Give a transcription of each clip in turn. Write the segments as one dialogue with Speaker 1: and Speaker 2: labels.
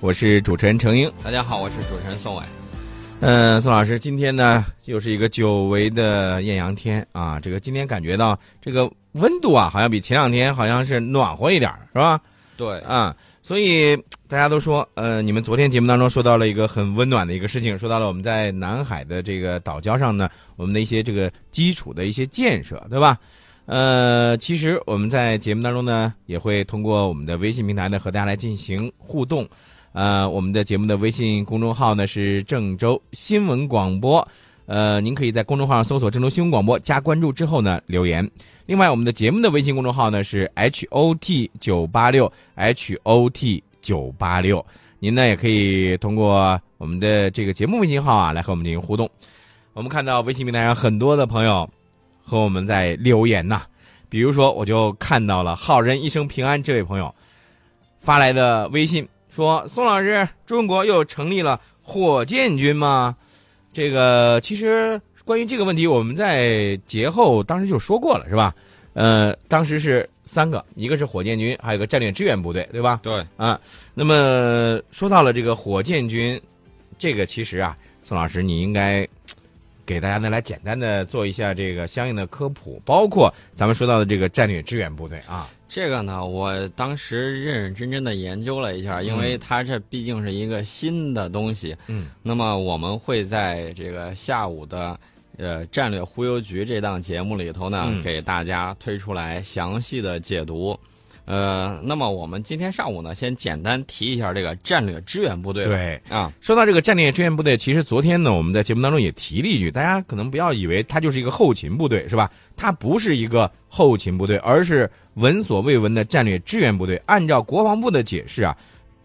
Speaker 1: 我是主持人程英。
Speaker 2: 大家好，我是主持人宋伟。
Speaker 1: 嗯，宋老师，今天呢又是一个久违的艳阳天啊！这个今天感觉到这个温度啊，好像比前两天好像是暖和一点儿，是吧？
Speaker 2: 对，
Speaker 1: 啊，所以大家都说，呃，你们昨天节目当中说到了一个很温暖的一个事情，说到了我们在南海的这个岛礁上呢，我们的一些这个基础的一些建设，对吧？呃，其实我们在节目当中呢，也会通过我们的微信平台呢和大家来进行互动。呃，我们的节目的微信公众号呢是郑州新闻广播，呃，您可以在公众号上搜索“郑州新闻广播”，加关注之后呢留言。另外，我们的节目的微信公众号呢是 H O T 九八六 H O T 九八六，您呢也可以通过我们的这个节目微信号啊来和我们进行互动。我们看到微信平台上很多的朋友和我们在留言呐、比如说我就看到了“好人一生平安”这位朋友发来的微信说：“宋老师，中国又成立了火箭军吗？”这个其实关于这个问题，我们在节后当时就说过了，是吧？呃，当时是三个，一个是火箭军，还有一个战略支援部队，对吧？
Speaker 2: 对，
Speaker 1: 啊，那么说到了这个火箭军，这个其实啊，宋老师你应该嘖给大家呢来简单的做一下这个相应的科普，包括咱们说到的这个战略支援部队啊，
Speaker 2: 这个呢，我当时认认真真的研究了一下，因为它这毕竟是一个新的东西。
Speaker 1: 嗯，
Speaker 2: 那么我们会在这个下午的呃战略忽悠局这档节目里头呢，
Speaker 1: 嗯
Speaker 2: 给大家推出来详细的解读。呃，那么我们今天上午呢，先简单提一下这个战略支援部队吧。
Speaker 1: 对。
Speaker 2: 啊，
Speaker 1: 说到这个战略支援部队，其实昨天呢，我们在节目当中也提了一句，大家可能不要以为它就是一个后勤部队，是吧？它不是一个后勤部队，而是闻所未闻的战略支援部队。按照国防部的解释啊，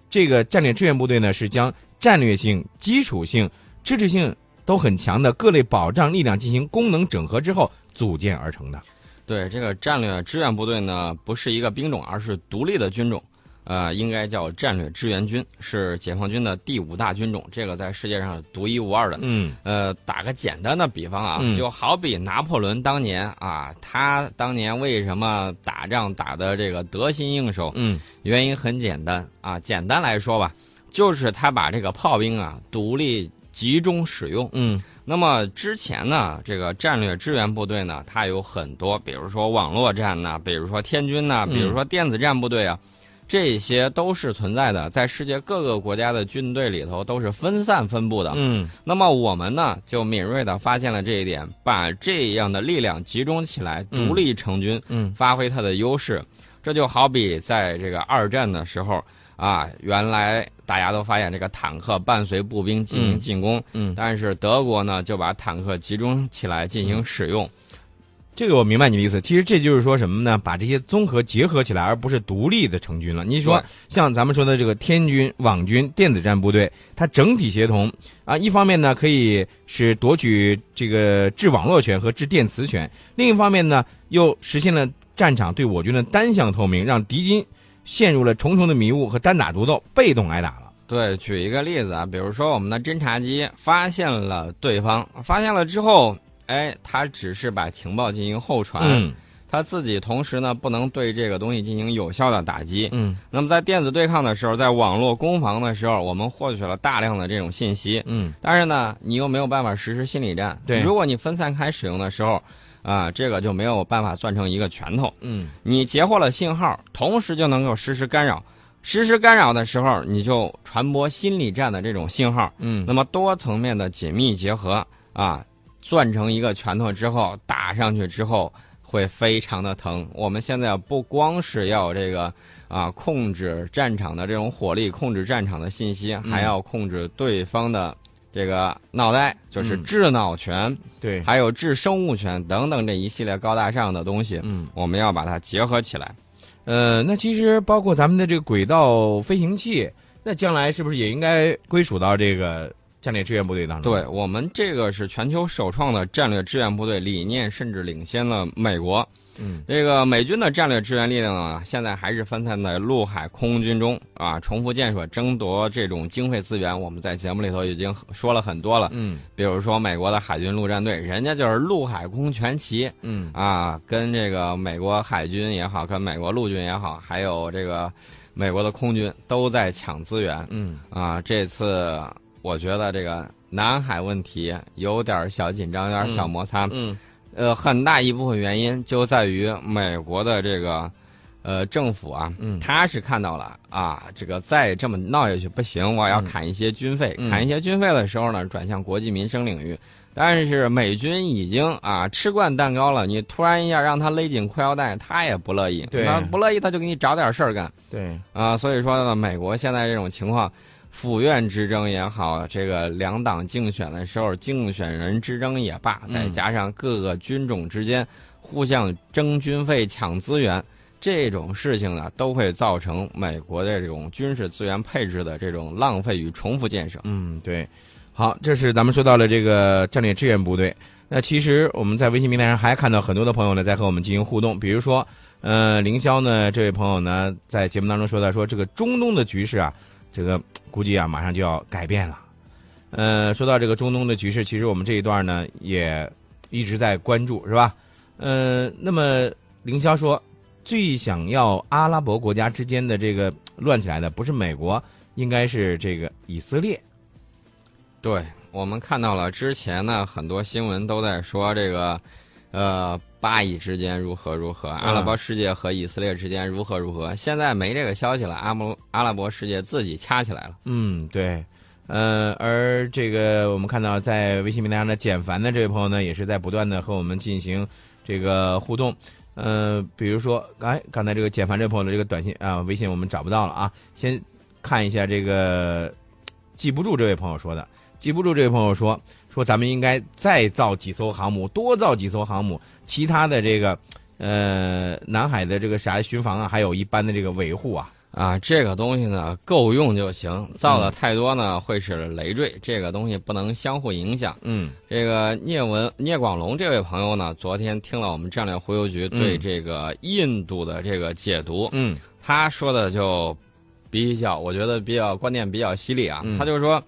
Speaker 1: 这个战略支援部队呢是将战略性、基础性、支持性都很强的各类保障力量进行功能整合之后组建而成的。
Speaker 2: 对，这个战略支援部队呢，不是一个兵种，而是独立的军种，呃，应该叫战略支援军，是解放军的第五大军种，这个在世界上是独一无二的。
Speaker 1: 嗯
Speaker 2: 呃，打个简单的比方啊，
Speaker 1: 嗯
Speaker 2: 就好比拿破仑当年啊，他当年为什么打仗打的这个得心应手？
Speaker 1: 嗯，
Speaker 2: 原因很简单啊，简单来说吧，就是他把这个炮兵啊独立集中使用。
Speaker 1: 嗯
Speaker 2: 那么之前呢，这个战略支援部队呢，它有很多，比如说网络战呐、比如说天军呐、
Speaker 1: 嗯
Speaker 2: 比如说电子战部队啊，这些都是存在的，在世界各个国家的军队里头都是分散分布的。
Speaker 1: 嗯
Speaker 2: 那么我们呢，就敏锐地发现了这一点，把这样的力量集中起来，
Speaker 1: 嗯
Speaker 2: 独立成军，
Speaker 1: 嗯
Speaker 2: 发挥它的优势。这就好比在这个二战的时候啊，原来大家都发现这个坦克伴随步兵进行
Speaker 1: 嗯
Speaker 2: 进攻，
Speaker 1: 嗯，
Speaker 2: 但是德国呢就把坦克集中起来进
Speaker 1: 嗯
Speaker 2: 行使用。
Speaker 1: 这个我明白你的意思。其实这就是说什么呢？把这些综合结合起来，而不是独立的成军了。你说
Speaker 2: 对
Speaker 1: 像咱们说的这个天军、网军、电子战部队，它整体协同啊，一方面呢可以是夺取这个制网络权和制电磁权，另一方面呢又实现了战场对我军的单向透明，让敌军陷入了重重的迷雾和单打独斗，被动挨打了。
Speaker 2: 对，举一个例子啊，比如说我们的侦察机发现了对方，发现了之后，哎，它只是把情报进行后传，
Speaker 1: 嗯
Speaker 2: 他自己同时呢不能对这个东西进行有效的打击。
Speaker 1: 嗯
Speaker 2: 那么在电子对抗的时候，在网络攻防的时候，我们获取了大量的这种信息，
Speaker 1: 嗯
Speaker 2: 但是呢，你又没有办法实施心理战。
Speaker 1: 对
Speaker 2: 如果你分散开使用的时候，啊、这个就没有办法攥成一个拳头。
Speaker 1: 嗯
Speaker 2: 你截获了信号，同时就能够实施干扰。实施干扰的时候，你就传播心理战的这种信号，
Speaker 1: 嗯
Speaker 2: 那么多层面的紧密结合啊，攥成一个拳头之后打上去之后会非常的疼。我们现在不光是要这个啊控制战场的这种火力，控制战场的信息，
Speaker 1: 嗯
Speaker 2: 还要控制对方的这个脑袋，就是
Speaker 1: 嗯
Speaker 2: 制脑权，
Speaker 1: 对
Speaker 2: 还有制生物权等等这一系列高大上的东西，
Speaker 1: 嗯。
Speaker 2: 我们要把它结合起来。
Speaker 1: 呃，那其实包括咱们的这个轨道飞行器，那将来是不是也应该归属到这个战略支援部队当中？，
Speaker 2: 对我们这个是全球首创的战略支援部队理念，甚至领先了美国。
Speaker 1: 嗯
Speaker 2: 这个美军的战略支援力量呢，现在还是分散在陆海空军中啊，重复建设、争夺这种经费资源，我们在节目里头已经说了很多了。
Speaker 1: 嗯
Speaker 2: 比如说美国的海军陆战队，人家就是陆海空全齐
Speaker 1: 嗯
Speaker 2: 啊，跟这个美国海军也好，跟美国陆军也好，还有这个美国的空军都在抢资源
Speaker 1: 嗯
Speaker 2: 啊。这次我觉得这个南海问题有点小紧张，有点小摩擦。
Speaker 1: 嗯
Speaker 2: 呃，很大一部分原因就在于美国的这个呃政府啊，
Speaker 1: 嗯
Speaker 2: 他是看到了啊，这个再这么闹下去不行，我要砍一些军费，
Speaker 1: 嗯
Speaker 2: 砍一些军费的时候呢，转向国际民生领域。但是美军已经啊吃惯蛋糕了，你突然一下让他勒紧裤腰带，他也不乐意，
Speaker 1: 对
Speaker 2: 他不乐意他就给你找点事儿干
Speaker 1: 对，
Speaker 2: 啊。所以说呢，美国现在这种情况。府院之争也好，这个两党竞选的时候，竞选人之争也罢，
Speaker 1: 嗯
Speaker 2: 再加上各个军种之间互相争军费、抢资源，这种事情呢，都会造成美国的这种军事资源配置的这种浪费与重复建设。
Speaker 1: 嗯对，好，这是咱们说到了这个战略支援部队。那其实我们在微信平台上还看到很多的朋友呢，在和我们进行互动。比如说，呃，凌霄呢这位朋友呢，在节目当中说到说这个中东的局势啊，这个估计啊马上就要改变了。呃，说到这个中东的局势，其实我们这一段呢也一直在关注，是吧？呃，那么凌霄说，最想要阿拉伯国家之间的这个乱起来的，不是美国，应该是这个以色列。
Speaker 2: 对我们看到了之前呢，很多新闻都在说这个，呃，巴以之间如何如何，阿拉伯世界和以色列之间如何如何。现在没这个消息了，阿姆阿拉伯世界自己掐起来了。
Speaker 1: 嗯，对，呃，而这个我们看到在微信平台上的简凡的这位朋友呢，也是在不断的和我们进行这个互动。呃，比如说，哎，刚才这个简凡这位朋友的这个短信啊、微信我们找不到了啊，先看一下这个记不住这位朋友说的，记不住这位朋友说说咱们应该再造几艘航母，多造几艘航母，其他的这个呃南海的这个啥巡防啊，还有一般的这个维护啊，
Speaker 2: 啊，这个东西呢够用就行，造的太多呢会是累赘，这个东西不能相互影响。
Speaker 1: 嗯
Speaker 2: 这个聂文聂广龙这位朋友呢，昨天听了我们战略忽悠局对
Speaker 1: 嗯
Speaker 2: 这个印度的这个解读，
Speaker 1: 嗯
Speaker 2: 他说的就比较，我觉得比较观点比较犀利啊。
Speaker 1: 嗯
Speaker 2: 他就说，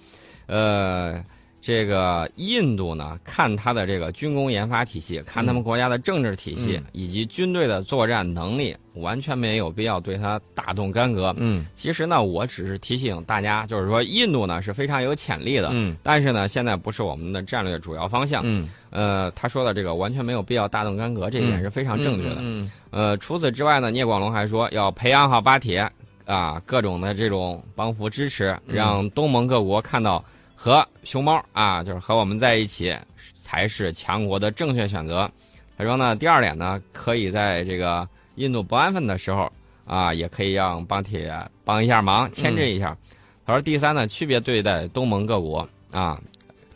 Speaker 2: 呃，这个印度呢，看他的这个军工研发体系，看他们国家的政治体系、
Speaker 1: 嗯
Speaker 2: 以及军队的作战能力，完全没有必要对他大动干戈。
Speaker 1: 嗯
Speaker 2: 其实呢，我只是提醒大家，就是说印度呢是非常有潜力的。
Speaker 1: 嗯
Speaker 2: 但是呢，现在不是我们的战略主要方向。
Speaker 1: 嗯。
Speaker 2: 呃，他说的这个完全没有必要大动干戈，这一点
Speaker 1: 嗯
Speaker 2: 是非常正确的。
Speaker 1: 嗯
Speaker 2: 呃，除此之外呢，聂广龙还说要培养好巴铁啊，各种的这种帮扶支持，
Speaker 1: 嗯
Speaker 2: 让东盟各国看到和熊猫啊，就是和我们在一起才是强国的正确选择。他说呢，第二点呢，可以在这个印度不安分的时候啊，也可以让巴铁帮一下忙，
Speaker 1: 嗯
Speaker 2: 牵制一下。他说第三呢，区别对待东盟各国啊，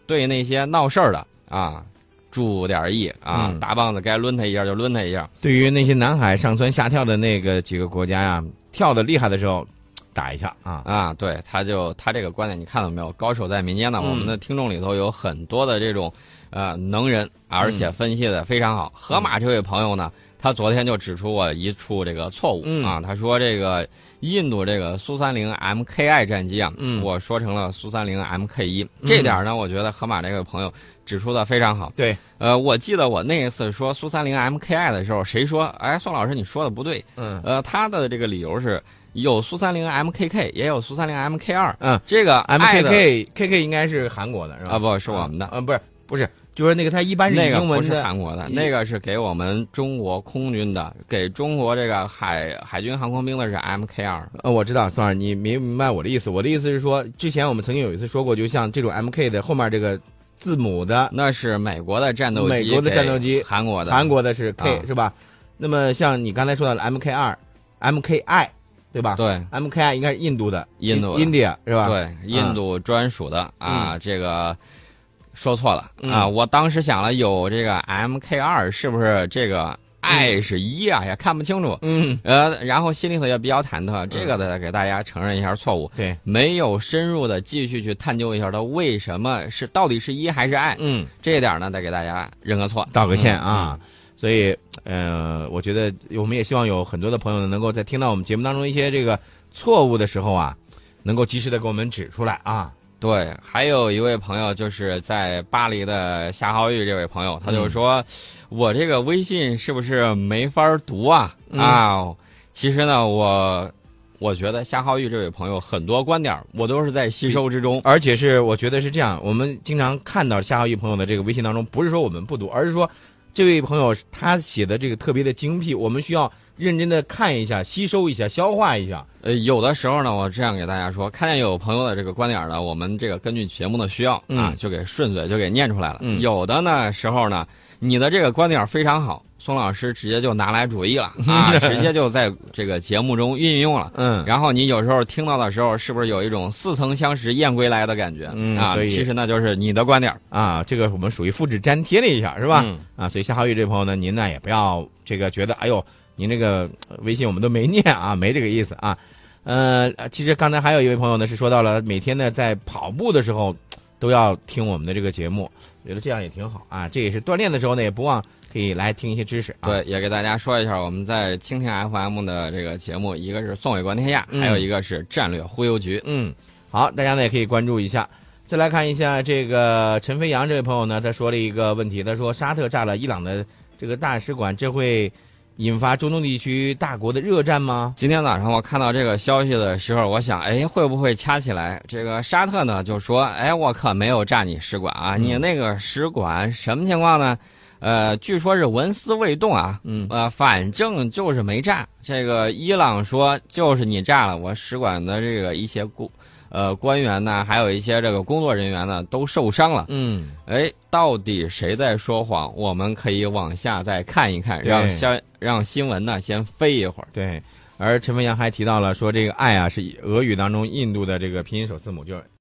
Speaker 2: 对那些闹事儿的啊。注点意啊，
Speaker 1: 嗯
Speaker 2: 大棒子该抡他一下就抡他一下，
Speaker 1: 对于那些南海上蹿下跳的那个几个国家呀、跳的厉害的时候，打一下啊。
Speaker 2: 啊，对，他就他这个观点，你看到没有？高手在民间呢。
Speaker 1: 嗯
Speaker 2: 我们的听众里头有很多的这种呃能人，而
Speaker 1: 嗯
Speaker 2: 且分析的非常好。河马这位朋友呢，他昨天就指出我一处这个错误、
Speaker 1: 嗯
Speaker 2: 啊，他说这个印度这个苏三零 MKI 战机啊，
Speaker 1: 嗯
Speaker 2: 我说成了苏三零 MK 一，这点儿呢，我觉得河马这个朋友指出的非常好。
Speaker 1: 对，
Speaker 2: 呃，我记得我那一次说苏三零 MKI 的时候，谁说？哎，宋老师你说的不对，
Speaker 1: 嗯
Speaker 2: 呃，他的这个理由是有苏三零 MKK，也有苏三零 MK 二。
Speaker 1: 嗯，
Speaker 2: 这个 I 的
Speaker 1: ，MKK KK 应该是韩国的是吧？
Speaker 2: 啊，不是我们的，
Speaker 1: 嗯，不是不是，就是那个它一般是以
Speaker 2: 那个
Speaker 1: 英
Speaker 2: 不
Speaker 1: 文
Speaker 2: 是
Speaker 1: 的。
Speaker 2: 韩国的，
Speaker 1: 一
Speaker 2: 那个是给我们中国空军的，给中国这个海海军航空兵的是 MK 二。
Speaker 1: 呃，我知道，算是你没明白我的意思。我的意思是说，之前我们曾经有一次说过，就像这种 MK 的后面这个字母的，
Speaker 2: 那是美国的战斗机，
Speaker 1: 美国的战斗机
Speaker 2: 韩国的，
Speaker 1: 韩国的是 K、
Speaker 2: 啊
Speaker 1: 是吧？那么像你刚才说到的 MK 二、MKI 对吧？
Speaker 2: 对
Speaker 1: MKI 应该是印度的，
Speaker 2: 印度的
Speaker 1: India 是吧？嗯
Speaker 2: 对，印度专属的啊，这个说错了
Speaker 1: 嗯
Speaker 2: 啊，我当时想了有这个 MK 二是不是这个 I 是一啊，也看不清楚。
Speaker 1: 嗯，
Speaker 2: 呃，然后心里头也比较忐忑，这个得给大家承认一下错误，
Speaker 1: 对，
Speaker 2: 没有深入的继续去探究一下它为什么是到底是一还是爱，
Speaker 1: 嗯。
Speaker 2: 这一点呢得给大家认个错。
Speaker 1: 道个歉啊。所以，呃，我觉得我们也希望有很多的朋友呢，能够在听到我们节目当中一些这个错误的时候啊，能够及时的给我们指出来啊。
Speaker 2: 对，还有一位朋友就是在巴黎的夏浩玉这位朋友，他
Speaker 1: 嗯
Speaker 2: 就说，我这个微信是不是没法读啊？
Speaker 1: 嗯
Speaker 2: 啊，其实呢，我我觉得夏浩玉这位朋友很多观点儿我都是在吸收之中。
Speaker 1: 而且是我觉得是这样，我们经常看到夏浩玉朋友的这个微信当中，不是说我们不读，而是说这位朋友他写的这个特别的精辟，我们需要认真的看一下、吸收一下、消化一下。
Speaker 2: 呃，有的时候呢，我这样给大家说，看见有朋友的这个观点呢，我们这个根据节目的需要啊
Speaker 1: 嗯，
Speaker 2: 就给顺嘴就给念出来了。
Speaker 1: 嗯
Speaker 2: 有的呢时候呢，你的这个观点非常好，宋老师直接就拿来主 义了啊，直接就在这个节目中运用了。
Speaker 1: 嗯，
Speaker 2: 然后你有时候听到的时候，是不是有一种似曾相识燕归来的感觉？
Speaker 1: 嗯
Speaker 2: 啊，
Speaker 1: 所以
Speaker 2: 其实那就是你的观点儿
Speaker 1: 啊，这个我们属于复制粘贴了一下，是吧？
Speaker 2: 嗯
Speaker 1: 啊，所以夏浩宇这位朋友呢，您呢也不要这个觉得，哎呦，您这个呃微信我们都没念啊，没这个意思啊。呃，其实刚才还有一位朋友呢是说到了每天呢在跑步的时候都要听我们的这个节目，觉得这样也挺好啊。这也是锻炼的时候呢，也不忘可以来听一些知识啊。
Speaker 2: 对，也给大家说一下，我们在蜻蜓 FM 的这个节目，一个是《宋伟观天下》，
Speaker 1: 嗯
Speaker 2: 还有一个是《战略忽悠局》。
Speaker 1: 嗯，好，大家呢也可以关注一下。再来看一下这个陈飞扬这位朋友呢，他说了一个问题，他说沙特炸了伊朗的这个大使馆，这会引发中东地区大国的热战吗？
Speaker 2: 今天早上我看到这个消息的时候，我想，哎，会不会掐起来？这个沙特呢就说，哎，我可没有炸你使馆啊，
Speaker 1: 嗯
Speaker 2: 你那个使馆什么情况呢？呃，据说是纹丝未动啊，
Speaker 1: 嗯
Speaker 2: 呃，反正就是没炸。这个伊朗说就是你炸了，我使馆的这个一些顾。呃，官员呢，还有一些这个工作人员呢，都受伤了。
Speaker 1: 嗯，
Speaker 2: 哎，到底谁在说谎？我们可以往下再看一看，
Speaker 1: 对
Speaker 2: 让消让新闻呢先飞一会儿。
Speaker 1: 对。而陈飞扬还提到了说，这个“爱”啊是俄语当中印度的这个拼音首字母，就是